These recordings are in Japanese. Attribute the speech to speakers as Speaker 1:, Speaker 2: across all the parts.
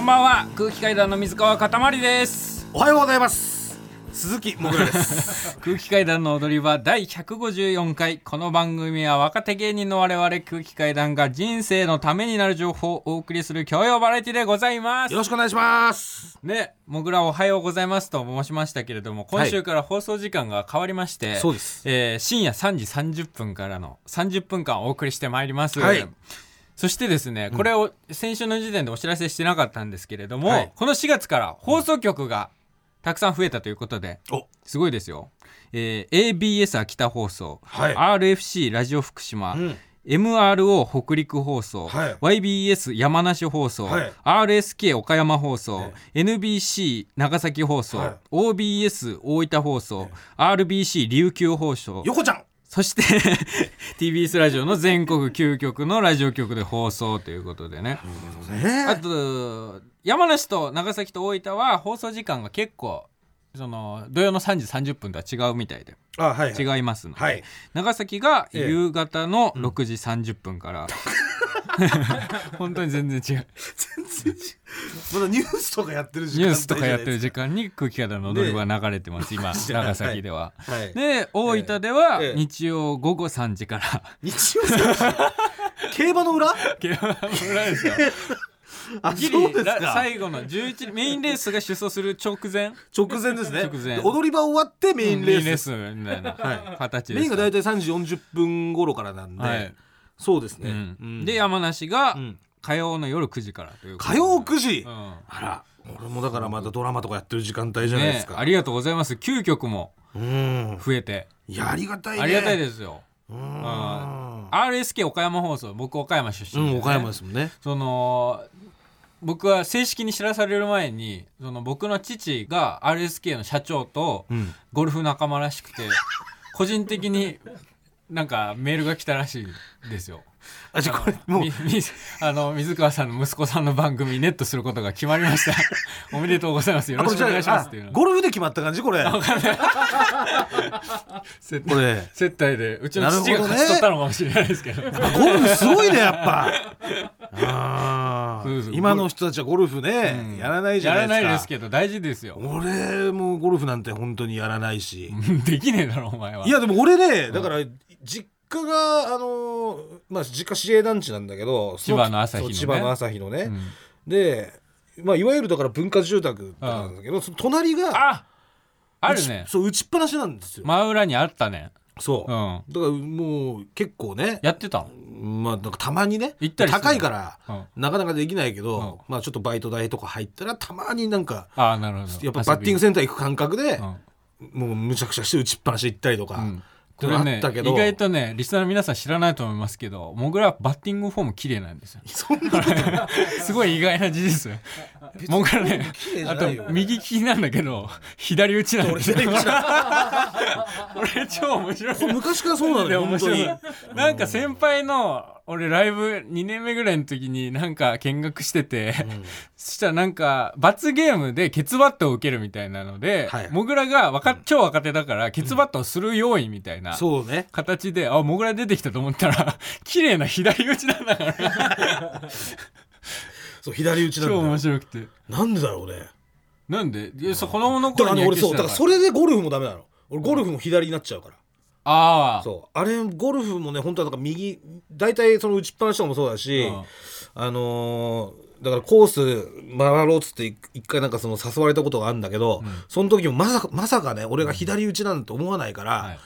Speaker 1: んばんは空気階段の水川かたまりです
Speaker 2: おはようございます鈴木もぐらです
Speaker 1: 空気階段の踊り場第154回この番組は若手芸人の我々空気階段が人生のためになる情報をお送りする教養バラエティでございます
Speaker 2: よろしくお願いします
Speaker 1: ねもぐらおはようございますと申しましたけれども今週から放送時間が変わりまして、
Speaker 2: そうです
Speaker 1: えー深夜3時30分からの30分間お送りしてまいります、
Speaker 2: はい
Speaker 1: そしてですねこれを先週の時点でお知らせしてなかったんですけれども、
Speaker 2: はい
Speaker 1: この4月から放送局がたくさん増えたということで
Speaker 2: お
Speaker 1: すごいですよ、えー ABS 秋田放送、
Speaker 2: はい
Speaker 1: RFC ラジオ福島、
Speaker 2: うん
Speaker 1: MRO 北陸放送、
Speaker 2: はい
Speaker 1: YBS 山梨放送、
Speaker 2: はい
Speaker 1: RSK 岡山放送、
Speaker 2: え
Speaker 1: NBC 長崎放送、
Speaker 2: はい
Speaker 1: OBS 大分放送、RBC 琉球放送
Speaker 2: 横ちゃん
Speaker 1: そして TBS ラジオの全国9局のラジオ局で放送ということでねあ
Speaker 2: ね
Speaker 1: と山梨と長崎と大分は放送時間が結構その土曜の3時30分とは違うみたいで
Speaker 2: あはい
Speaker 1: 違いますので、
Speaker 2: はい
Speaker 1: 長崎が
Speaker 2: ええ
Speaker 1: 夕方の6時30分 から、本当に全然違う
Speaker 2: まだニュースとかやってる時
Speaker 1: ニ
Speaker 2: 間
Speaker 1: ュースとかやってる時
Speaker 2: 間
Speaker 1: 間に空気階段の踊り場流れてます、 今
Speaker 2: してない
Speaker 1: 長崎では。
Speaker 2: はい
Speaker 1: で大分では
Speaker 2: ええ
Speaker 1: 日曜午後3時から、
Speaker 2: 日曜選手 競馬の裏
Speaker 1: 競馬の裏ですよ
Speaker 2: あ
Speaker 1: ギリ
Speaker 2: そうです
Speaker 1: ら
Speaker 2: か
Speaker 1: 最後の11メインレースが出走する直前
Speaker 2: 直前ですね
Speaker 1: 直前
Speaker 2: で踊り場終わってメインレース
Speaker 1: メインレースみたいな
Speaker 2: は
Speaker 1: 形です、
Speaker 2: メインが大体3時40分頃からなんで、
Speaker 1: はい
Speaker 2: そうですね、
Speaker 1: うん
Speaker 2: うん
Speaker 1: で山梨が
Speaker 2: うん
Speaker 1: 火曜の夜9時からということ
Speaker 2: 火
Speaker 1: で
Speaker 2: 曜9時、
Speaker 1: うん
Speaker 2: あら俺もだからまだドラマとかやってる時間帯じゃないで
Speaker 1: ね
Speaker 2: す、か、
Speaker 1: ありがとうございます9曲も
Speaker 2: うん
Speaker 1: 増えて、
Speaker 2: いやありがたいね
Speaker 1: ありがたい
Speaker 2: す
Speaker 1: ですよ
Speaker 2: う
Speaker 1: あ
Speaker 2: ん
Speaker 1: RSK 岡山放送僕岡山出身
Speaker 2: う
Speaker 1: でね
Speaker 2: ん、岡山ですもんね。
Speaker 1: その僕は正式に知らされる前にその僕の父が RSK の社長と
Speaker 2: ん。
Speaker 1: ゴルフ仲間らし くて個人的になんかメールが来たらしいですよ。
Speaker 2: あ、じゃあこれ、もう
Speaker 1: み、みあの水川さんの息子さんの番組にネットすることが決まりま したおめでとうございますよ
Speaker 2: あ
Speaker 1: ろ
Speaker 2: これ
Speaker 1: し
Speaker 2: じ
Speaker 1: くお
Speaker 2: ゃあ
Speaker 1: 願いしますっていう
Speaker 2: あ
Speaker 1: の
Speaker 2: ゴルフで決まった感じこれ。こ
Speaker 1: 接待
Speaker 2: れ。
Speaker 1: 接待でうちの
Speaker 2: なるほど
Speaker 1: 父が
Speaker 2: ね
Speaker 1: 勝ち取ったのかもしれないですけど
Speaker 2: ゴルフすごいね、やっぱ。 あ
Speaker 1: そうそ
Speaker 2: ー
Speaker 1: う
Speaker 2: 今の人たちはゴルフね、 やらないじゃ
Speaker 1: やら
Speaker 2: ないですか。
Speaker 1: ないですけど大事ですよ
Speaker 2: 俺もゴルフなんて本当にやらないし。
Speaker 1: できねえだろお前はい
Speaker 2: や、でも俺ね、だから、実家が、あのー、まあ、実家市営団地なんだけど、そ
Speaker 1: 千葉の朝日のね
Speaker 2: そう千葉の朝日のね
Speaker 1: う。ん
Speaker 2: で、まあ、いわゆるだから文化住宅なんだけど、その隣が、
Speaker 1: ああ
Speaker 2: 打
Speaker 1: る
Speaker 2: ち
Speaker 1: ね
Speaker 2: そう打ちっぱなしなんですよ、
Speaker 1: 真裏にあったね
Speaker 2: そう、
Speaker 1: うん
Speaker 2: だからもう結構ね
Speaker 1: やってたの
Speaker 2: まあなんかたまにね
Speaker 1: 行ったりする
Speaker 2: 高いから、
Speaker 1: うん
Speaker 2: なかなかできないけど、まあちょっとバイト代とか入ったらたまになんか
Speaker 1: ああなるほど
Speaker 2: やっぱバッティングセンター行く感覚で、
Speaker 1: うん
Speaker 2: もうむちゃくちゃして打ちっぱなし行ったりとか、
Speaker 1: ん
Speaker 2: っ
Speaker 1: こ
Speaker 2: ての
Speaker 1: れ
Speaker 2: あっ
Speaker 1: ね
Speaker 2: たけ
Speaker 1: 意
Speaker 2: ど
Speaker 1: 外とねリスナーの皆さん知らないと思いますけどもぐらはバッティングフォーム綺麗なんですよ
Speaker 2: そんなこと
Speaker 1: すごい意外な事実。僕はね
Speaker 2: 綺麗、じゃ
Speaker 1: あ
Speaker 2: ないよ
Speaker 1: と右利きなんだけ ど、左打ちなんですよ。
Speaker 2: 俺左打ち
Speaker 1: 俺超面白い。
Speaker 2: 昔からそうなの
Speaker 1: で
Speaker 2: よ
Speaker 1: 面
Speaker 2: 本当
Speaker 1: 白
Speaker 2: に
Speaker 1: い。 なんか先輩の、俺ライブ2年目ぐらいの時になんか見学してて、そしたらなんか罰ゲームでケツバットを受けるみたいなので、
Speaker 2: はい
Speaker 1: もぐらが若超若手だからケツバットをする用意みたいな。
Speaker 2: そうね
Speaker 1: 形で、あ、もぐら出てきたと思ったら、 綺麗な左打ちなんだから、
Speaker 2: そう左打ちなんだ
Speaker 1: 超面
Speaker 2: よ
Speaker 1: 白くて。
Speaker 2: なんでだろうね
Speaker 1: なんでいやそう子供の
Speaker 2: だか
Speaker 1: 頃
Speaker 2: ら
Speaker 1: に
Speaker 2: ね
Speaker 1: 野
Speaker 2: 俺
Speaker 1: 球
Speaker 2: そう
Speaker 1: してた
Speaker 2: だか
Speaker 1: からら
Speaker 2: それでゴルフもダメなの俺ゴルフも左になっちゃうから、
Speaker 1: ああ
Speaker 2: そうあれゴルフもね本当はだから右大体その打ちっぱなしとかもそうだし、
Speaker 1: うん
Speaker 2: あのーだからコース回ろうっつって一一回なんかその誘われたことがあるんだけど、その時もまさかまさかね俺が左打ちなんて思わないから、
Speaker 1: はい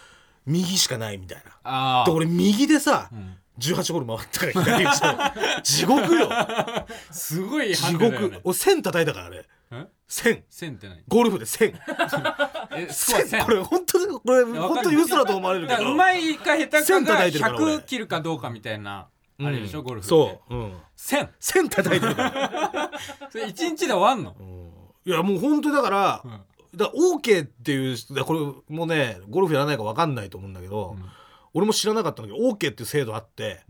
Speaker 2: 右しかないみたいな。
Speaker 1: あ
Speaker 2: で俺右でさ、
Speaker 1: ん
Speaker 2: 18ホール回ったから左打ちだ よ地獄よ
Speaker 1: あすごい
Speaker 2: 地
Speaker 1: 判断だよ
Speaker 2: 獄
Speaker 1: ね
Speaker 2: 俺線叩いたからね
Speaker 1: え
Speaker 2: 線
Speaker 1: 線って何
Speaker 2: ゴルフで線
Speaker 1: えスコア
Speaker 2: 線
Speaker 1: 線
Speaker 2: これ本当にこれ本当に嘘だと思われるけ
Speaker 1: だから
Speaker 2: ど
Speaker 1: うまいか下手か
Speaker 2: 線
Speaker 1: が
Speaker 2: 叩いてるから俺
Speaker 1: 100切るかどうかみたいなあれでしょゴルフって
Speaker 2: そう、うん、
Speaker 1: 線
Speaker 2: 線叩いてるから
Speaker 1: それ一日で終わんの
Speaker 2: いやもう本当だから、
Speaker 1: ん
Speaker 2: だから OK っていうだからこれもねゴルフやらないか分かんないと思うんだけど、俺も知らなかったんだけど OK っていう制度あって、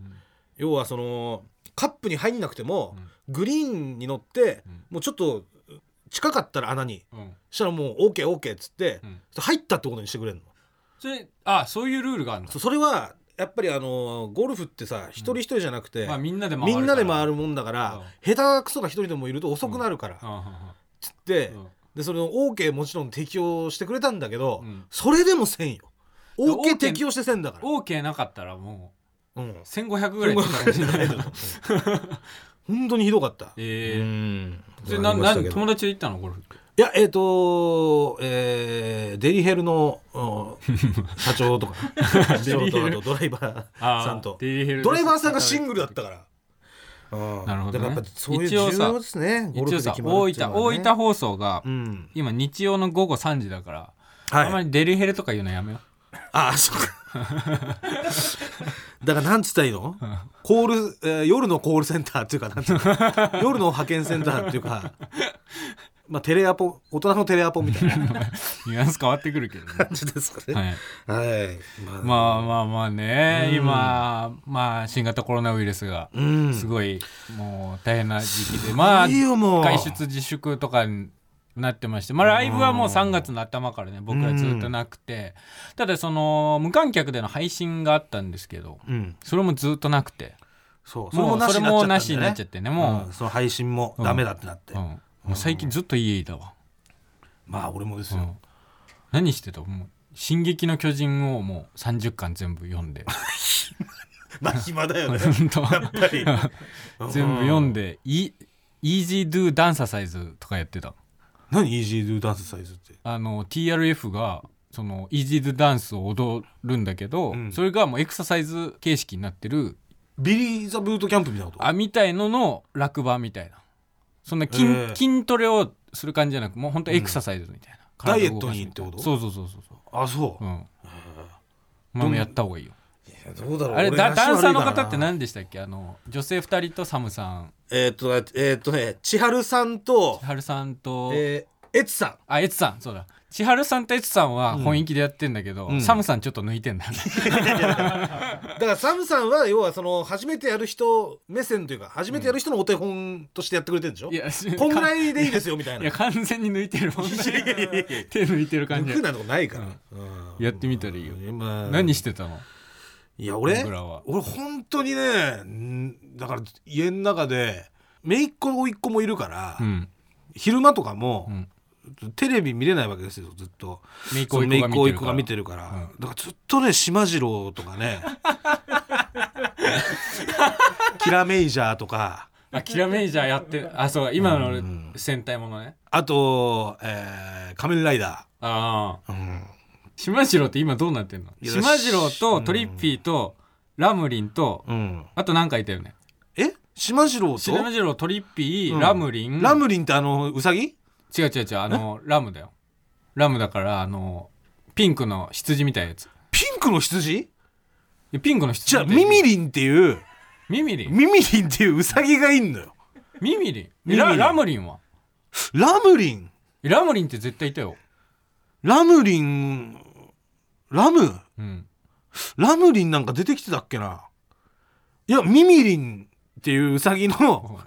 Speaker 2: 要はそのカップに入んなくても、グリーンに乗って、もうちょっと近かったら穴に
Speaker 1: うん
Speaker 2: したらもう OKOK、っつって、
Speaker 1: うん
Speaker 2: 入ったってことにしてくれるの
Speaker 1: それあそういうルールがあるの
Speaker 2: そそれはやっぱりあのゴルフってさ一人一人じゃなくて、
Speaker 1: まあみんなで回る
Speaker 2: みんなで
Speaker 1: る
Speaker 2: 回るもんだから、下手くそが一人でもいると遅くなるから、
Speaker 1: うんう
Speaker 2: つって、
Speaker 1: んうん
Speaker 2: でそれを OK もちろん適用してくれたんだけど、
Speaker 1: うん
Speaker 2: それでも1000よ
Speaker 1: ら
Speaker 2: OK 適用して1000だから、
Speaker 1: オーケーなかったらも
Speaker 2: うん
Speaker 1: う、1500ぐらいいってたかもしれ ない
Speaker 2: 本当にひどかったう
Speaker 1: え
Speaker 2: ん
Speaker 1: えそれなな
Speaker 2: ありましたけど
Speaker 1: 友達で行ったのゴルフって
Speaker 2: いやえっ、とえーデリヘルの、 うん、社長とか社長とあとドライバー
Speaker 1: あー
Speaker 2: さんと
Speaker 1: デリヘル
Speaker 2: ドライバーさんがシングルだったから。うん
Speaker 1: なるほどね
Speaker 2: だからやっぱそういう
Speaker 1: 一応
Speaker 2: 重
Speaker 1: さ
Speaker 2: 要ですね。ゴル
Speaker 1: 一応
Speaker 2: フで
Speaker 1: さ
Speaker 2: 決まる
Speaker 1: 大
Speaker 2: っていう
Speaker 1: 分
Speaker 2: のはね
Speaker 1: 大分放送が
Speaker 2: うん。
Speaker 1: 今日曜の午後3時だからあんま
Speaker 2: はい。
Speaker 1: りデリヘルとか言うのやめよ
Speaker 2: ああ、そうか。だからなんつったらいいのコール、えー夜のコールセンターっていうか、なんていうの夜の派遣センターっていうか、まあテレアポ、大人のテレアポみたいな感
Speaker 1: うニュアンス変わってくる けどね
Speaker 2: じですかね。
Speaker 1: はい
Speaker 2: はい。ま
Speaker 1: ま
Speaker 2: あ、
Speaker 1: あまあまあね、
Speaker 2: うん
Speaker 1: 今まあ新型コロナウイルスが
Speaker 2: うん。
Speaker 1: す
Speaker 2: い。
Speaker 1: ごいもう大変な時期で、まあ
Speaker 2: いいよ、もう。
Speaker 1: 外出自粛とかになってましてまあライブはもう3月の頭からね僕らずっとなくて、ただその無観客での配信があったんですけど
Speaker 2: うん。
Speaker 1: それもずっとなくて
Speaker 2: そう。それ
Speaker 1: も
Speaker 2: も
Speaker 1: う
Speaker 2: な
Speaker 1: そ
Speaker 2: し
Speaker 1: れ
Speaker 2: になっちゃったんだよね。
Speaker 1: もなしになっちゃってねも
Speaker 2: うんその配信もダメだってなって。
Speaker 1: う,、うんもう最近ずっと家いたわ、
Speaker 2: まあ、俺もです
Speaker 1: う
Speaker 2: よ。
Speaker 1: ん、何してたもう「進撃の巨人」をもう30巻全部読んで
Speaker 2: まあ暇だ よね。
Speaker 1: 本当
Speaker 2: やっぱり。
Speaker 1: 全部読ん
Speaker 2: で。
Speaker 1: で「イイージードゥダンササイズ」とかやってた
Speaker 2: 何イージードゥダンスサイズって。
Speaker 1: あの TRF がそのイージードゥダンスを踊るんだけど、
Speaker 2: うん
Speaker 1: それがもうエクササイズ形式になってる
Speaker 2: ビリー・ザ・ブートキャンプみたいなこと
Speaker 1: あみたいのの落馬みたいなそんな筋,、
Speaker 2: えー
Speaker 1: 筋トレをする感じじゃなくもう本当エクササイズみたいな、
Speaker 2: ダイエ
Speaker 1: 体を
Speaker 2: ッ
Speaker 1: 動
Speaker 2: ト
Speaker 1: かすみ
Speaker 2: にったて
Speaker 1: い
Speaker 2: こ
Speaker 1: な
Speaker 2: と
Speaker 1: そうそうそうそうそう
Speaker 2: あ、そうう。
Speaker 1: んまあやった方がいいよ
Speaker 2: いやどうだろう。
Speaker 1: あれ
Speaker 2: 俺
Speaker 1: だダンサーの
Speaker 2: 足悪い
Speaker 1: 方
Speaker 2: から
Speaker 1: って何でしたっけあの女性二人とサムさん
Speaker 2: えーっと、えーっとね、千春さんと、
Speaker 1: ハルさんと、
Speaker 2: えー、エツさん。
Speaker 1: あ、エツさん、そうだ。千春さんとエツさんは本気でやってんだけど、
Speaker 2: うん
Speaker 1: サムさんちょっと抜いてん だね。
Speaker 2: だからサムさんは、要はその、初めてやる人目線というか、初めてやる人のお手本としてやってくれてるんでしょ
Speaker 1: いや、し
Speaker 2: こんぐら
Speaker 1: い
Speaker 2: いでいいですよ、みたい
Speaker 1: い
Speaker 2: な
Speaker 1: や、。完全に抜いてるもんね。手抜いてる感
Speaker 2: 抜
Speaker 1: じ
Speaker 2: く。なんてことないから。うん
Speaker 1: やってみたらいいよ。
Speaker 2: まあ
Speaker 1: 何してたの
Speaker 2: いや俺
Speaker 1: 僕らは
Speaker 2: 俺本当にねんだから家の中で姪っ子甥っ子もいるから、
Speaker 1: うん。
Speaker 2: 昼間とかも
Speaker 1: う、ん。
Speaker 2: テレビ見れないわけですよずっと
Speaker 1: メイ
Speaker 2: そ
Speaker 1: ク
Speaker 2: の姪っ子甥っ子が見て
Speaker 1: る
Speaker 2: るから、
Speaker 1: う
Speaker 2: だからずっとね島次郎とかね キラメイジャーとか
Speaker 1: から。あ、キラメイジャーやってる。あ、そう、今
Speaker 2: う
Speaker 1: の
Speaker 2: ん
Speaker 1: 戦隊ものね。
Speaker 2: あと、えー仮面ライダ
Speaker 1: ああ。
Speaker 2: ー」うん
Speaker 1: 島次郎って今どうなってんの
Speaker 2: いや
Speaker 1: 島次郎とトリッピーとラムリンと、
Speaker 2: うん、
Speaker 1: あと何かいたよね。
Speaker 2: え島次郎
Speaker 1: 島
Speaker 2: と
Speaker 1: 次郎、トリッピ
Speaker 2: う
Speaker 1: ー、
Speaker 2: ん
Speaker 1: ラムリン。
Speaker 2: ラムリンってあのウサギ
Speaker 1: 違う違う違うあのラムだよラムだからあのピンクの羊みたいなやつい
Speaker 2: ピンクの羊
Speaker 1: やピンクの羊
Speaker 2: じゃあ
Speaker 1: みたい
Speaker 2: ミ
Speaker 1: な
Speaker 2: ミリンっていう
Speaker 1: ミミリン
Speaker 2: ミミリンっていうウサギがいんのよ
Speaker 1: ミミリン
Speaker 2: ミミリン
Speaker 1: ララムリンは
Speaker 2: ラムリン
Speaker 1: えラムリンって絶対いたよ
Speaker 2: ラムリンラム
Speaker 1: うん
Speaker 2: ラムリンなんか出てきてたっけないやミミリンっていうウサギの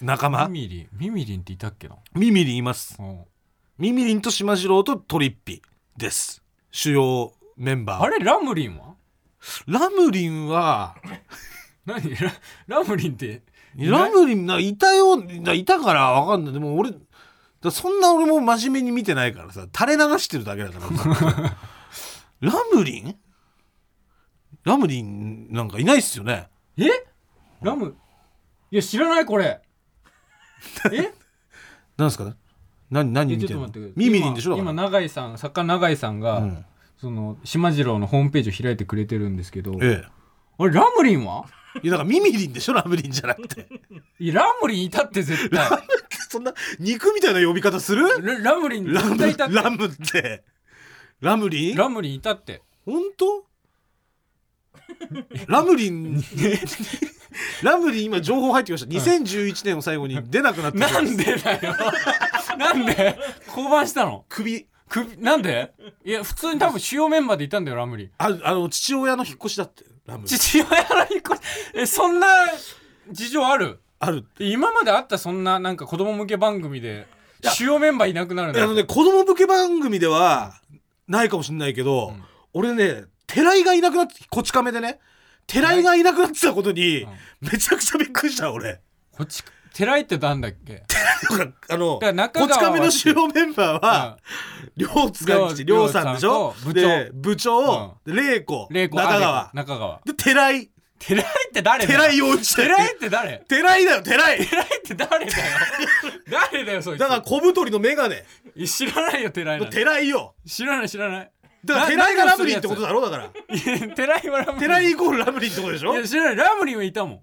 Speaker 2: 仲間
Speaker 1: ミミリンミミリンっていたっけな
Speaker 2: ミミリンいます
Speaker 1: うん
Speaker 2: ミミリンとシマジロウとトリッピです主要メンバー
Speaker 1: あれラムリンは
Speaker 2: ラムリンは
Speaker 1: 何ララムリンっていない
Speaker 2: ラムリンないたよないたからわかんないでも俺だそんな俺も真面目に見てないからさ垂れ流してるだけだから ラムリンラムリンなんかいないっすよね
Speaker 1: えラムいや知らないこ れえ
Speaker 2: なんですかね何何
Speaker 1: いや
Speaker 2: 見
Speaker 1: ちょ
Speaker 2: て
Speaker 1: っと
Speaker 2: るの
Speaker 1: 待ってください
Speaker 2: ミミリンでしょ
Speaker 1: 今
Speaker 2: だ
Speaker 1: 今
Speaker 2: か
Speaker 1: 永井さん作家永井さんが、
Speaker 2: らうん
Speaker 1: その島次郎のホームページを開いてくれてるんですけど
Speaker 2: え
Speaker 1: あれラムリンは
Speaker 2: えいやだからミミリンでしょラムリンじゃなくて
Speaker 1: いやラムリンいたって絶対
Speaker 2: そんな肉みたいな呼び方する
Speaker 1: ララムリン
Speaker 2: ラ
Speaker 1: 絶
Speaker 2: ム
Speaker 1: 対いたって
Speaker 2: ラムってラムリン
Speaker 1: ラムリンいたって
Speaker 2: 本当ラムリンラムリン今情報入ってきました2011年を最後に出なくなって
Speaker 1: な
Speaker 2: た
Speaker 1: んでだよなんで降板したの
Speaker 2: 首
Speaker 1: 首なんでいや普通に多分主要メンバーでいたんだよラムリン
Speaker 2: ああの父親の引っ越しだってラムリン
Speaker 1: 父親の引っ越しえそんな事情ある
Speaker 2: ある
Speaker 1: 今まであったそんななんか子供向け番組で主要メンバーいなくなる
Speaker 2: あの
Speaker 1: の
Speaker 2: ね子供向け番組ではないかもしれないけど、
Speaker 1: うん
Speaker 2: 俺ね寺井がいなくなってこち亀でね寺井がいなくなってたことに
Speaker 1: うん
Speaker 2: めちゃくちゃびっくりした俺
Speaker 1: こっち寺井ってなんだっけ
Speaker 2: だからあの
Speaker 1: だから中
Speaker 2: こ
Speaker 1: 川
Speaker 2: ち亀の
Speaker 1: は
Speaker 2: 主要メンバーは両津勘吉
Speaker 1: 両
Speaker 2: 両さんでしょ
Speaker 1: 両さんと部長
Speaker 2: で部長玲子
Speaker 1: うん玲
Speaker 2: 中
Speaker 1: 子あ
Speaker 2: 川
Speaker 1: 玲子中川
Speaker 2: で寺井
Speaker 1: 寺井って誰だよ
Speaker 2: 寺井陽一だよ
Speaker 1: 寺井って誰
Speaker 2: 寺井だよ寺井
Speaker 1: 寺井って誰だよ誰だよそいつ
Speaker 2: だから小太りの眼鏡
Speaker 1: いや知らないよ寺井な
Speaker 2: の
Speaker 1: んて
Speaker 2: 寺井よ
Speaker 1: 知らない知らない
Speaker 2: だから
Speaker 1: な
Speaker 2: 寺井がラブリーってことだろだから
Speaker 1: いや寺井はラムリン
Speaker 2: 寺井イコールラブリーってことでしょ
Speaker 1: いや知らないラムリンはいたもん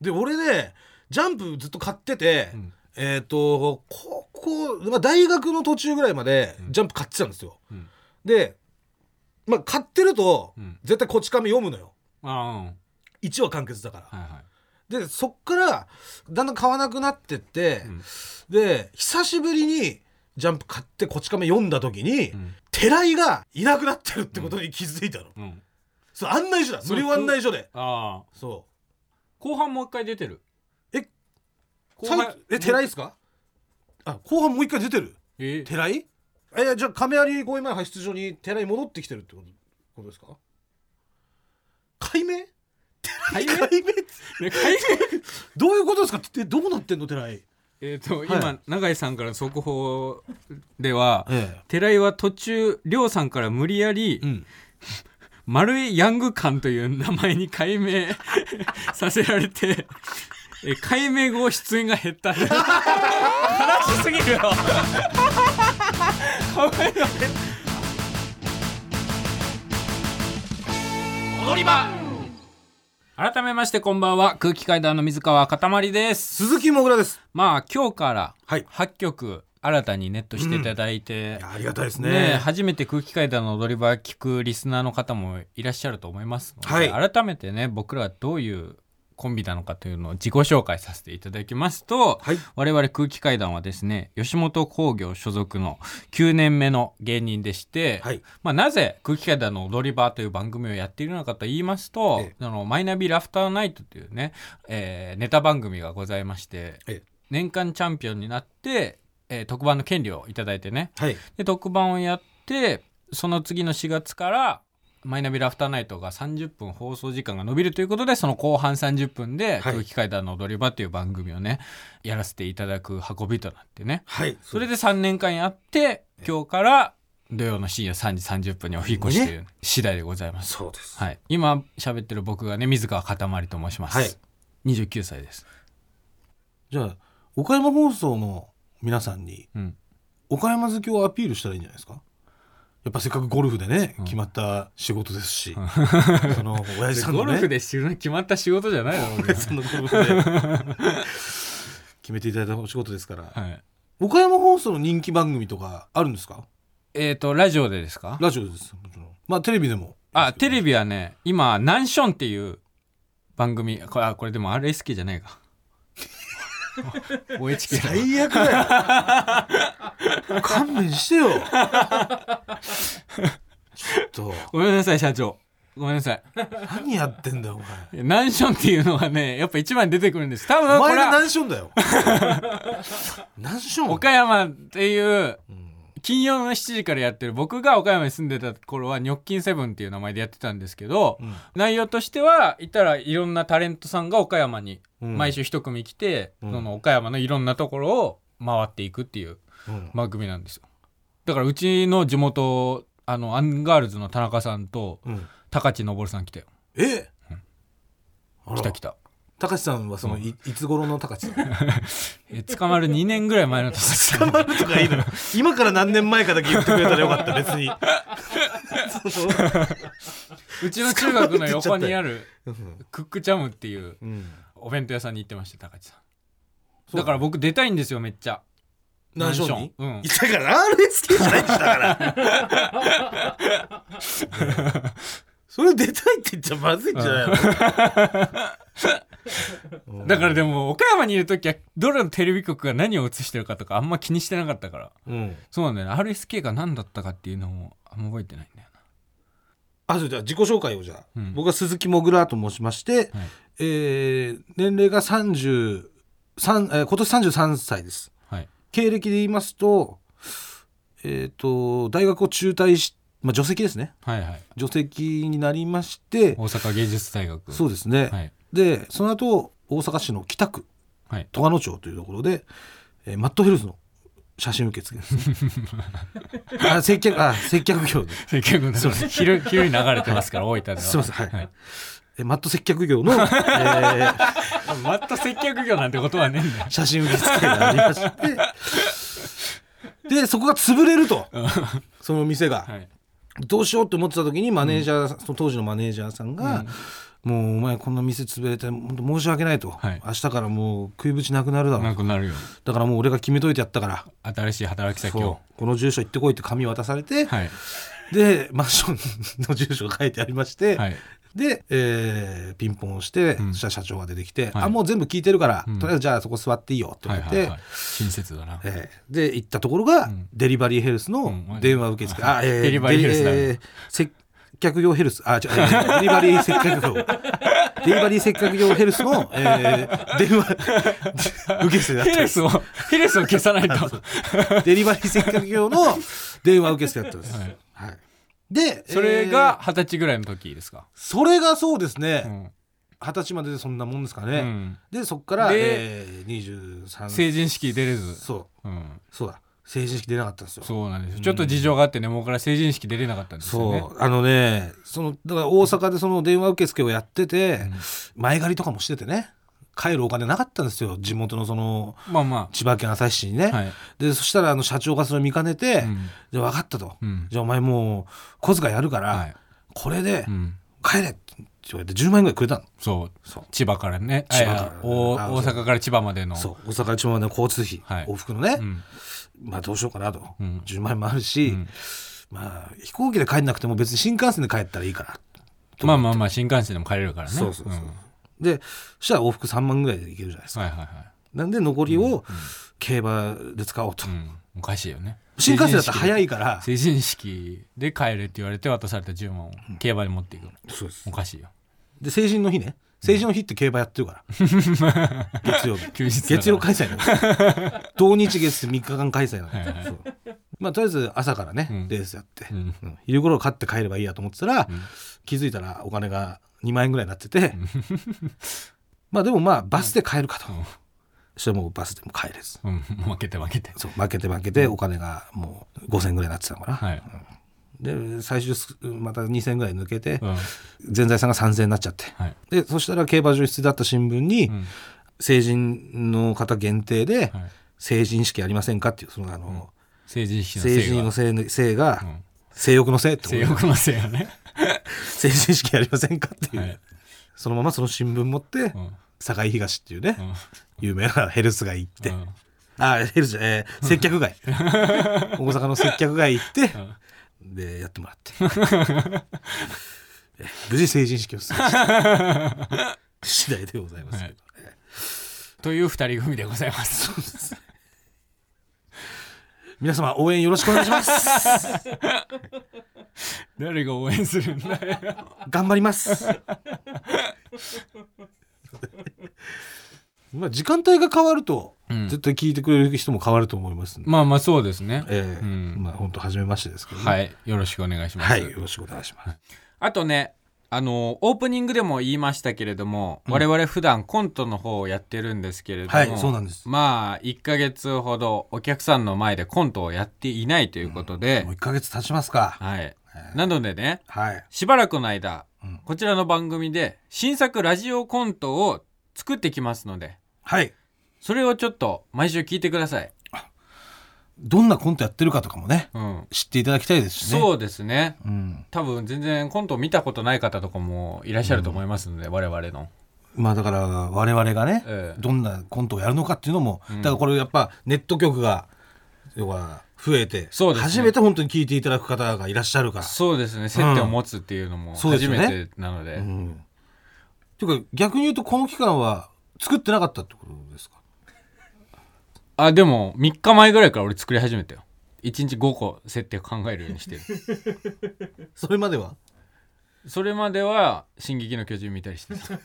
Speaker 2: で俺ねジャンプずっと買ってて、
Speaker 1: うん
Speaker 2: えっ、と高校、まあ、大学の途中ぐらいまで
Speaker 1: うん
Speaker 2: ジャンプ買ってたんですよ、
Speaker 1: うん
Speaker 2: で、まあ、買ってると
Speaker 1: うん
Speaker 2: 絶対こち亀読むのよ
Speaker 1: あ
Speaker 2: 1話完結だか
Speaker 1: あ
Speaker 2: ら、
Speaker 1: うんはいはい
Speaker 2: でそっからだんだん買わなくなってって、
Speaker 1: うん
Speaker 2: で久しぶりにジャンプ買ってこち亀読んだ時に、
Speaker 1: うん
Speaker 2: 寺井がいなくなってるってことに気づいたの、
Speaker 1: うん
Speaker 2: そう案内所だ無料案内所で
Speaker 1: ああ
Speaker 2: そ
Speaker 1: 後半もう一回出てる
Speaker 2: えう
Speaker 1: 後
Speaker 2: 最
Speaker 1: 半
Speaker 2: 近え寺井ですかあ後半もう一回出てる
Speaker 1: え
Speaker 2: 寺井えいやじゃあ亀有公園前派出所に寺井戻ってきてるってことことですか解明
Speaker 1: 解 明
Speaker 2: 解
Speaker 1: ね
Speaker 2: 明
Speaker 1: 解明
Speaker 2: どういうことですかってどうなってんの寺井
Speaker 1: えっと
Speaker 2: は
Speaker 1: 今永井さんからの速報では
Speaker 2: え
Speaker 1: 寺井は途中亮さんから無理やり
Speaker 2: うん
Speaker 1: 丸井ヤング館という名前に改 名させられてえ改名後出演が減った悲しすぎるよ かわいいよ踊り場改めましてこんばんは空気階段の水川かたまりです
Speaker 2: 鈴木もぐらです
Speaker 1: まあ今日から
Speaker 2: はい
Speaker 1: 8曲新たにネットしていただいて、
Speaker 2: いやありがたいですね
Speaker 1: ねえ初めて空気階段の踊り場聞くリスナーの方もいらっしゃると思いますので、
Speaker 2: は
Speaker 1: 改めてね僕らはどういうコンビなのかというのを自己紹介させていただきますと、
Speaker 2: はい
Speaker 1: 我々空気階段はですね吉本興業所属の9年目の芸人でして、
Speaker 2: はい
Speaker 1: まあ、なぜ空気階段の踊り場という番組をやっているのかと言いますと、
Speaker 2: ええ
Speaker 1: あのマイナビラフターナイトというね、えーネタ番組がございまして
Speaker 2: ええ
Speaker 1: 年間チャンピオンになって、えー特番の権利をいただいてね
Speaker 2: はい
Speaker 1: で特番をやってその次の4月からマイナビラフターナイトが30分放送時間が伸びるということでその後半30分で「
Speaker 2: はい
Speaker 1: 空気階段の踊り場」という番組をねやらせていただく運びとなってね
Speaker 2: はい
Speaker 1: それで3年間やって今日から土曜の深夜3時30分にお引っ越しという次第でございます、
Speaker 2: そうです
Speaker 1: はい、今喋ってる僕がね水川かたまりと申します、
Speaker 2: はい
Speaker 1: 29歳です、
Speaker 2: じゃあ岡山放送の皆さんに
Speaker 1: うん、
Speaker 2: 岡山好きをアピールしたらいいんじゃないですかやっぱせっかくゴルフでね、
Speaker 1: うん
Speaker 2: 決まった仕事ですし、その親父さ ん
Speaker 1: ゴ
Speaker 2: の
Speaker 1: ル
Speaker 2: ね
Speaker 1: フで決まった仕事じゃない の、
Speaker 2: 親父さんのゴルフで決めていただいたお仕事ですから、
Speaker 1: はい、
Speaker 2: 岡山放送の人気番組とかあるんですか
Speaker 1: えっ、とラジオでですか
Speaker 2: ラジオですもちろんまあテレビでも
Speaker 1: あ、テレ
Speaker 2: ビ
Speaker 1: ビはね、今、ナンションっていう番組、これ、あこれでも RSK じゃ ないか。OHK だ
Speaker 2: 最悪だよ 勘弁してよちょっと
Speaker 1: ごめんなさい、社長。ごめんなさい。
Speaker 2: 何やってんだよお前
Speaker 1: いやナンションっていうのがね、やっぱ一番に出てくるんです。多分
Speaker 2: お
Speaker 1: こ
Speaker 2: 前
Speaker 1: れ
Speaker 2: が
Speaker 1: は、
Speaker 2: 何ション だよ何ション
Speaker 1: 岡山っていう、
Speaker 2: うん
Speaker 1: 金曜の7時からやってる、僕が岡山に住んでた頃は、ニョッキンセブンっていう名前でやってたんですけど、
Speaker 2: うん
Speaker 1: 内容としては、いたらいろんなタレントさんが岡山に、
Speaker 2: うん
Speaker 1: 毎週一組来て、
Speaker 2: うん
Speaker 1: その岡山のいろんなところを回っていくっていう。
Speaker 2: うん
Speaker 1: 番組なんですよだからうちの地元あのアンガールズの田中さんと
Speaker 2: うん
Speaker 1: 高知昇さん来たよ
Speaker 2: えあ
Speaker 1: 来
Speaker 2: ら
Speaker 1: た来た
Speaker 2: 高橋さんはそのいいつ頃の高橋さん
Speaker 1: え捕まる2年ぐらい前の高知さん
Speaker 2: 捕まるとかいいの よ今から何年前かだけ言ってくれたらよかった別にその
Speaker 1: うちの中学の横にある
Speaker 2: うん
Speaker 1: クックチャムっていう
Speaker 2: うん
Speaker 1: お弁当屋さんに行ってました高知さん
Speaker 2: そう
Speaker 1: だから僕出たいんですよめっちゃ
Speaker 2: 何ションに
Speaker 1: マン
Speaker 2: い
Speaker 1: シ
Speaker 2: やだから RSK じゃないんだから それ出たいって言っちゃまずいんじゃ ない
Speaker 1: ョ
Speaker 2: の
Speaker 1: ンだからでも岡山にいる時はどれのテレビ局が何を映してるかとかあんま気にしてなかったから
Speaker 2: うん
Speaker 1: そうなんだよね RSK が何だったかっていうのもあんま覚えてないんだよな
Speaker 2: あそうじゃあ自己紹介をじゃあ、
Speaker 1: うん
Speaker 2: 僕は鈴木もぐらと申しまして、
Speaker 1: はい
Speaker 2: えー年齢が33、えー、今年33歳です
Speaker 1: はい
Speaker 2: 経歴で言いますとえっ、と大学を中退しまあ、除籍ですね
Speaker 1: はいはい
Speaker 2: 除籍になりまして
Speaker 1: 大阪芸術大学
Speaker 2: そうですね、
Speaker 1: はい
Speaker 2: でその後大阪市の北区
Speaker 1: はい
Speaker 2: 戸賀野町というところで、えーマットヘルズの写真受付 です、ね、あ接客あ接客業で
Speaker 1: 結局そうです昼昼に流れてますから大分では
Speaker 2: すいませんはい
Speaker 1: はい
Speaker 2: えマット接客 業の、えー
Speaker 1: マット接客業なんてことはねえんだよ
Speaker 2: 写真受付がありましてでそこが潰れ るとその店が、
Speaker 1: はい
Speaker 2: どうしようって思ってた時にマネージャーさん、その当時のマネージャーさんが「もうお前こんな店潰れて本当申し訳ない」と、
Speaker 1: はい
Speaker 2: 明日からもう食いぶちなくなるだろう」
Speaker 1: なくなるよ
Speaker 2: だからもう俺が決めといてやったから
Speaker 1: 新しい働き先を
Speaker 2: そうこの住所行ってこいって紙渡されて、
Speaker 1: はい
Speaker 2: でマンションの住所が書いてありまして、
Speaker 1: はい
Speaker 2: で、えーピンポンをして、
Speaker 1: うん
Speaker 2: そしたら社長が出てきて
Speaker 1: は
Speaker 2: 「
Speaker 1: い
Speaker 2: あもう全部聞いてるから、
Speaker 1: うん
Speaker 2: とりあえずじゃあそこ座っていいよ」って
Speaker 1: は
Speaker 2: 言
Speaker 1: い
Speaker 2: っ
Speaker 1: は
Speaker 2: て、
Speaker 1: いはい親切だな
Speaker 2: えーで行ったところが、
Speaker 1: うん
Speaker 2: デリバリーヘルス
Speaker 1: う
Speaker 2: の
Speaker 1: ん
Speaker 2: 電話受付、あ、え
Speaker 1: デリバリーヘルスだ
Speaker 2: でえー接客業ヘルスあ違う、えーデリバリー接客 業デリバリー接客業ヘルスの、えー電 話受付だった
Speaker 1: ヘ
Speaker 2: んで
Speaker 1: ル
Speaker 2: す
Speaker 1: スをヘルスを消さないと
Speaker 2: デリバリー接客業の電話受付だったんです。
Speaker 1: はい
Speaker 2: はいで、
Speaker 1: それ
Speaker 2: え
Speaker 1: が
Speaker 2: ー
Speaker 1: 二十歳ぐらいの時ですか
Speaker 2: それがそうです
Speaker 1: う
Speaker 2: ね。
Speaker 1: ん
Speaker 2: 二十歳まででそんなもんですか
Speaker 1: う
Speaker 2: ね。
Speaker 1: ん
Speaker 2: で、そっから、
Speaker 1: で
Speaker 2: えー、23
Speaker 1: 成人式出れず
Speaker 2: そう、
Speaker 1: うん
Speaker 2: そうだ。成人式出なかったんですよ。そう,、
Speaker 1: そうなんですよちょっと事情があってねもうから成人式出れなかったんですよね
Speaker 2: あのね、その、だから大阪でその電話受付をやってて、
Speaker 1: ん
Speaker 2: 前借りとかもしててね、帰るお金なかったんですよ。地元のその、
Speaker 1: まあま
Speaker 2: 千葉県旭市にね。
Speaker 1: あはい
Speaker 2: で、そしたらあの社長がそれを見かねて、
Speaker 1: うん
Speaker 2: じゃあ分かったと。
Speaker 1: うん
Speaker 2: じゃあお前もう小遣いやるから、
Speaker 1: はい
Speaker 2: これで
Speaker 1: うん
Speaker 2: 帰れって言われて10万円ぐらいくれたの。
Speaker 1: そう
Speaker 2: そう
Speaker 1: 千葉からね
Speaker 2: 千葉から
Speaker 1: あいやお
Speaker 2: あ
Speaker 1: 大阪から千葉までの
Speaker 2: そう大阪一番の交通費、
Speaker 1: はい
Speaker 2: 往復のね、
Speaker 1: うん
Speaker 2: まあどうしようかなと、
Speaker 1: うん
Speaker 2: 10万円もあるし、
Speaker 1: うん
Speaker 2: まあ飛行機で帰んなくても別に新幹線で帰ったらいいから、
Speaker 1: まあまあまあ新幹線でも帰れるからね
Speaker 2: そうそうそう、
Speaker 1: ん
Speaker 2: でそしたら往復3万ぐらいで行けるじゃないですか、
Speaker 1: はいはいは
Speaker 2: なんで残りを競馬で使おうと、
Speaker 1: いうんおかしいよね
Speaker 2: 新幹線だったら早
Speaker 1: い
Speaker 2: いから
Speaker 1: 成人式で帰れって言われて渡された10万を競馬に持っていくの
Speaker 2: そうです
Speaker 1: おかしいよ
Speaker 2: で成人の日ね成人の日って競馬やってるから、 月曜日
Speaker 1: 休日だから
Speaker 2: 月曜開催なんです 土日月3日間開催なんです、
Speaker 1: はいはい
Speaker 2: そうまあとりあえず朝からね、
Speaker 1: うん
Speaker 2: レースやって、
Speaker 1: うん
Speaker 2: うん昼頃勝って帰ればいいやと思ってたら、気づいたらお金が2万円ぐらいになってて、まあでもまあバスで帰るかと、
Speaker 1: うん
Speaker 2: そしたらもうバスでも帰れず
Speaker 1: うん負けて負けて
Speaker 2: そう負けて負けてお金がもう5,000円ぐらいになってたのかな、
Speaker 1: はい
Speaker 2: で最終すまた2,000円ぐらい抜けて、
Speaker 1: うん
Speaker 2: 全財産が3,000円になっちゃって
Speaker 1: はい
Speaker 2: でそしたら競馬場に出だった新聞に、
Speaker 1: うん
Speaker 2: 成人の方限定で、
Speaker 1: はい
Speaker 2: 成人式ありませんかっていうそのあの、
Speaker 1: 成人式の
Speaker 2: 成人の
Speaker 1: が
Speaker 2: 性の性が、
Speaker 1: うん
Speaker 2: 性欲の性ってこと
Speaker 1: 性
Speaker 2: で
Speaker 1: 欲のせいがね
Speaker 2: 成人式ありませんかっていう、
Speaker 1: はい
Speaker 2: そのままその新聞持って
Speaker 1: うん
Speaker 2: 堺東っていうね、
Speaker 1: うん
Speaker 2: 有名なヘルス街行って、
Speaker 1: うん
Speaker 2: あヘルスじゃえー接客 街大阪の接客街行って、でやってもらってえ無事成人式をする 次第でございますけど、
Speaker 1: はいという二人組でござい ます
Speaker 2: 皆様応援よろしくお願いします
Speaker 1: 誰が応援するんだよ
Speaker 2: 頑張りますまあ時間帯が変わると、
Speaker 1: うん
Speaker 2: 絶対聞いてくれる人も変わると思いますん で
Speaker 1: まあまあそうですね
Speaker 2: ええ
Speaker 1: うん
Speaker 2: まあ本当初めましてですけどね、
Speaker 1: はいよろしくお願いします
Speaker 2: はい、よろしくお願いします。
Speaker 1: あとねあのオープニングでも言いましたけれども、我々普段コントの方をやってるんですけれども、
Speaker 2: はいそうなんです
Speaker 1: まあ1ヶ月ほどお客さんの前でコントをやっていないということで
Speaker 2: もう、一ヶ月経ちますか。
Speaker 1: はい、
Speaker 2: え
Speaker 1: なのでね
Speaker 2: はい。
Speaker 1: しばらくの間、
Speaker 2: うん
Speaker 1: こちらの番組で新作ラジオコントを作ってきますので
Speaker 2: はい。
Speaker 1: それをちょっと毎週聞いてください、
Speaker 2: どんなコントやってるかとかもね、
Speaker 1: うん
Speaker 2: 知っていただきたいですしね。う。
Speaker 1: そうですね
Speaker 2: ん。
Speaker 1: 多分全然コントを見たことない方とかもいらっしゃると思いますので、我々の、
Speaker 2: まあだから我々がね、
Speaker 1: ええ
Speaker 2: どんなコントをやるのかっていうのも、
Speaker 1: ん
Speaker 2: だからこれやっぱネット局が要は増えて、
Speaker 1: そうですね
Speaker 2: 初めて本当に聞いていただく方がいらっしゃるから。
Speaker 1: そうですね接点を持つっていうのも
Speaker 2: そうで
Speaker 1: 初
Speaker 2: すよね
Speaker 1: めてなので,、
Speaker 2: うん。ていうか逆に言うとこの期間は作ってなかったってことですか。
Speaker 1: あでも3日前ぐらいから俺作り始めたよ1日5個設定考えるようにしてる
Speaker 2: それまでは。
Speaker 1: それまでは「進撃の巨 人」見たりしてた、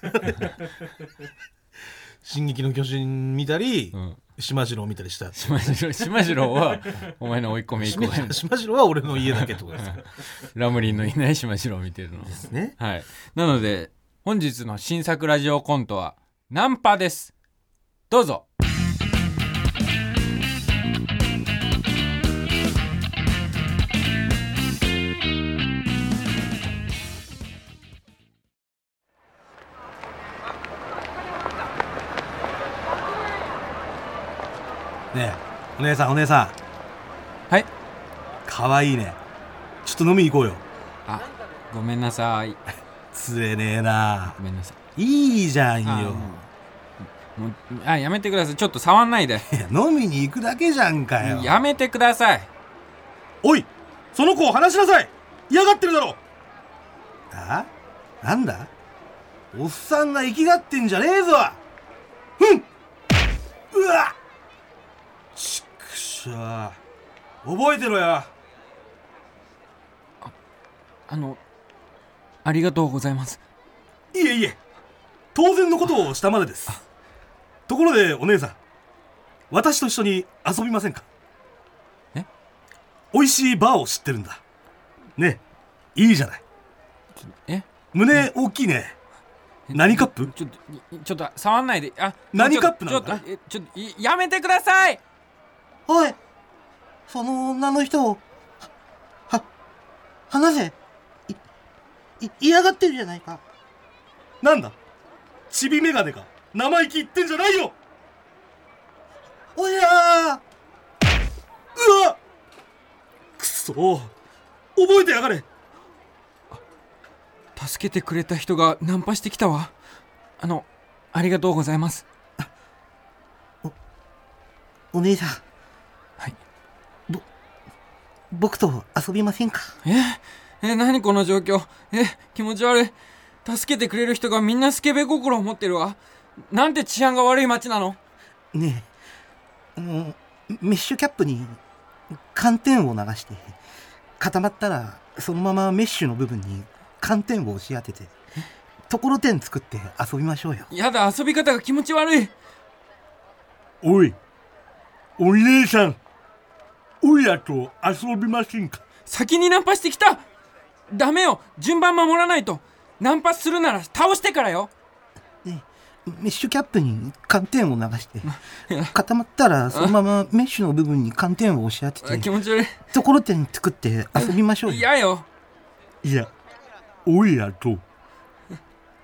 Speaker 2: 進撃の巨人見たり、
Speaker 1: うん
Speaker 3: 島次郎見たり した
Speaker 1: 島次郎島次郎はお前の追い込み以降
Speaker 3: 島島次郎は俺の家だけってことで す
Speaker 1: ラムリンのいない島次郎を見てるの
Speaker 3: ね
Speaker 1: はいなので本日の新作ラジオコントはナンパですどうぞ
Speaker 2: ねえお姉さんお姉さん
Speaker 1: はい
Speaker 2: かわいいねちょっと飲みに行こうよ
Speaker 1: あごめんなさい
Speaker 2: つえねえな
Speaker 1: ごめんなさい
Speaker 2: いいじゃん
Speaker 1: あ
Speaker 2: よ
Speaker 1: もうもうあやめてくださいちょっと触んないで
Speaker 2: いや飲みに行くだけじゃんかよ
Speaker 1: やめてください
Speaker 2: おいその子を話しなさい嫌がってるだろあなんだおっさんが生きがってんじゃねえぞふんうわちくしょう覚えてろよ
Speaker 1: あのありがとうございます
Speaker 2: いえいえ当然のことをしたまでですところでお姉さん私と一緒に遊びませんか
Speaker 1: え
Speaker 2: 美味しいバーを知ってるんだねえいいじゃない
Speaker 1: え
Speaker 2: 胸大きいね何カップ
Speaker 1: ちょっといちょっと触んないであ
Speaker 2: 何カップ
Speaker 1: ちょっと
Speaker 2: なんだ
Speaker 1: ちょっとえちょっといやめてください
Speaker 2: おいその女の人をは話せ
Speaker 4: い嫌がってるじゃないか
Speaker 2: なんだちびメガネか生意気言ってんじゃないよ
Speaker 4: おや
Speaker 2: うわくそ覚えてやがれ
Speaker 1: 助けてくれた人がナンパしてきたわあのありがとうございます
Speaker 4: ーお姉さん
Speaker 1: はい
Speaker 4: 僕と遊びませんか
Speaker 1: ええ何この状況え気持ち悪い助けてくれる人がみんなスケベ心を持ってるわなんて治安が悪い街なの
Speaker 4: ねえあのメッシュキャップに寒天を流して固まったらそのままメッシュの部分に寒天を押し当ててところてん作って遊びましょうよ
Speaker 1: やだ遊び方が気持ち悪い
Speaker 2: おいお姉さんおいらと遊びませんか
Speaker 1: 先にナンパしてきたダメよ順番守らないとナンパするなら倒してからよ
Speaker 4: ねえメッシュキャップに寒天を流して固まったらそのままメッシュの部分に寒天を押し当
Speaker 1: あ
Speaker 4: て
Speaker 1: 気
Speaker 4: て
Speaker 1: 持ち悪い
Speaker 4: ところてん作って遊びましょうよ
Speaker 1: 嫌よ
Speaker 2: いやおいらと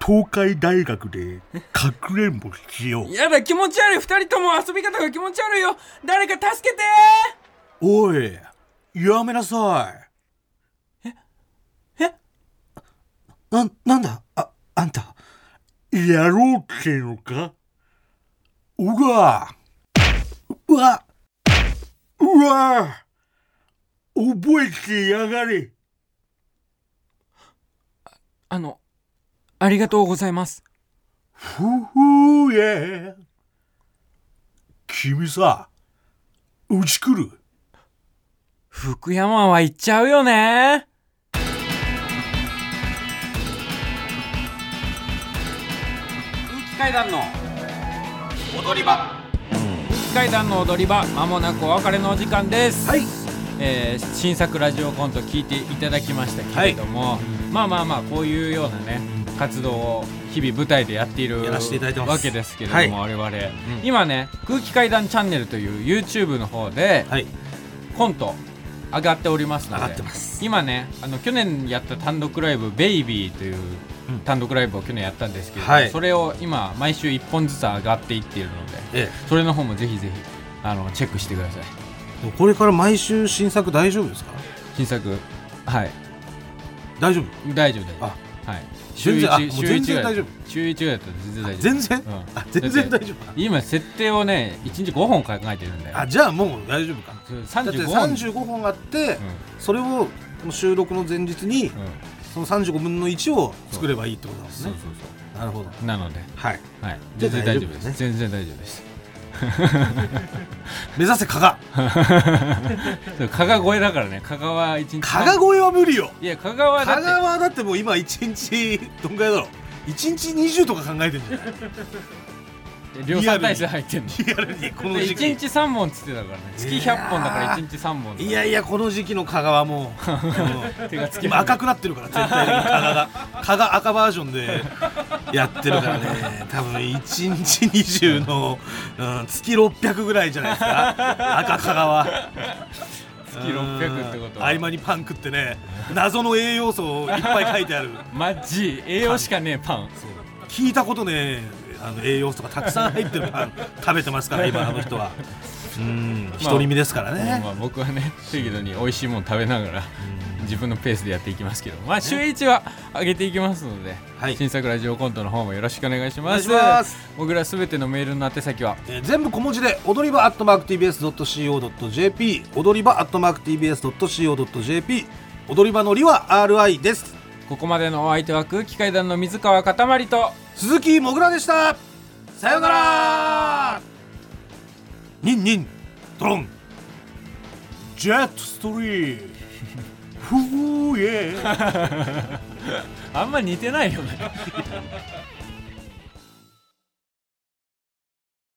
Speaker 2: 東海大学でかくれんぼしよう
Speaker 1: 嫌だ気持ち悪い二人とも遊び方が気持ち悪いよ誰か助けて
Speaker 2: おいやめなさい
Speaker 4: な、なんだあ、あんた。
Speaker 2: やろうってのかうわ
Speaker 4: うわ、
Speaker 2: うわ覚えてやがれ
Speaker 1: あのありがとうございます
Speaker 2: ふふえ君さうち来る
Speaker 1: 福山は行っちゃうよね空気階段の踊り場空気階段の踊り場まもなくお別れのお時間です
Speaker 2: はい
Speaker 1: えー新作ラジオコント聞いていただきましたけれども、まあまあまあこういうようなね活動を日々舞台でやっている
Speaker 2: やらせていただいてます
Speaker 1: わけですけれども、我々、今ね空気階段チャンネルという YouTube の方で
Speaker 2: はい
Speaker 1: コント上がっておりますので
Speaker 2: 上がってます
Speaker 1: 今ねあの去年やった単独ライブ「ベイビーという
Speaker 2: うん
Speaker 1: 単独ライブを去年やったんですけれども、
Speaker 2: はい
Speaker 1: それを今毎週1本ずつ上がっていっているので
Speaker 2: え
Speaker 1: それの方もぜひぜひあのチェックしてください
Speaker 2: えこれから毎週新作大丈夫ですか
Speaker 1: 新作はい
Speaker 2: 大丈夫
Speaker 1: 大丈夫大丈夫
Speaker 2: あ
Speaker 1: はい
Speaker 2: 全然あもう
Speaker 1: 週
Speaker 2: 全
Speaker 1: 一
Speaker 2: 然
Speaker 1: ぐらい
Speaker 2: 大丈夫
Speaker 1: 週1ぐらいだったら全然大丈夫
Speaker 2: 全然、
Speaker 1: うん
Speaker 2: あ全然大丈夫
Speaker 1: 今設定をね1日5本考えてるんだよ
Speaker 2: あじゃあもう大丈夫か
Speaker 1: そう
Speaker 2: だって
Speaker 1: 35本
Speaker 2: 35本あって、それをもう収録の前日に、
Speaker 1: うんうん
Speaker 2: その35分の1を作ればいいってことなんです
Speaker 1: そうそう
Speaker 2: ねなるほど
Speaker 1: そうなので
Speaker 2: はい
Speaker 1: はい
Speaker 2: じゃ
Speaker 1: 全
Speaker 2: あ
Speaker 1: 然大丈夫です、
Speaker 2: 大
Speaker 1: 全然大丈夫です
Speaker 2: 目指せ加賀
Speaker 1: そう加賀越えだからね加賀は1日
Speaker 2: 加賀越えは無理よ
Speaker 1: いや加賀はだ
Speaker 2: 加
Speaker 1: って
Speaker 2: 賀はだってもう今1日どんぐらいだろう1日20とか考えてるんじゃない
Speaker 1: 量
Speaker 2: リアル
Speaker 1: 3対
Speaker 2: に
Speaker 1: 戦入ってんの
Speaker 2: リアルにこの
Speaker 1: で
Speaker 2: 時
Speaker 1: 1
Speaker 2: 期
Speaker 1: 日3本っつってたからね月100本だから1日3本
Speaker 2: いやいやこの時期の香 川もううん
Speaker 1: 手がつけ
Speaker 2: 今赤
Speaker 1: く
Speaker 2: くなってるから全体的に蚊が蚊が赤バージョンでやってるからね多分1日20の、うん、月600ぐらいじゃないですか赤香川月
Speaker 1: 600ってこと
Speaker 2: 合間にパン食ってね謎の栄養素をいっぱい書いてある
Speaker 1: マジ栄養しかねえパン
Speaker 2: 聞いたことねあの栄養素がたくさん入ってるパン食べてますから今あの人はうん独り身ですからね、
Speaker 1: まあ僕はね適度に美味しいもの食べながら自分のペースでやっていきますけどまあ週1は上げていきますので、
Speaker 2: はい
Speaker 1: 新作ラジオコントの方もよろしくお願いします
Speaker 2: お願いします
Speaker 1: 僕らすべてのメールの宛先は
Speaker 2: えー全部小文字で踊り場アットマーク TBS.CO.JP 踊り場アットマーク TBS.CO.JP 踊り場のりは RI です
Speaker 1: ここまでのお相手は空気階段の水川かたまりと
Speaker 2: 鈴木もぐらでしたさようならニンニンドロンジェットストリームふうえ
Speaker 1: あんま似てないよね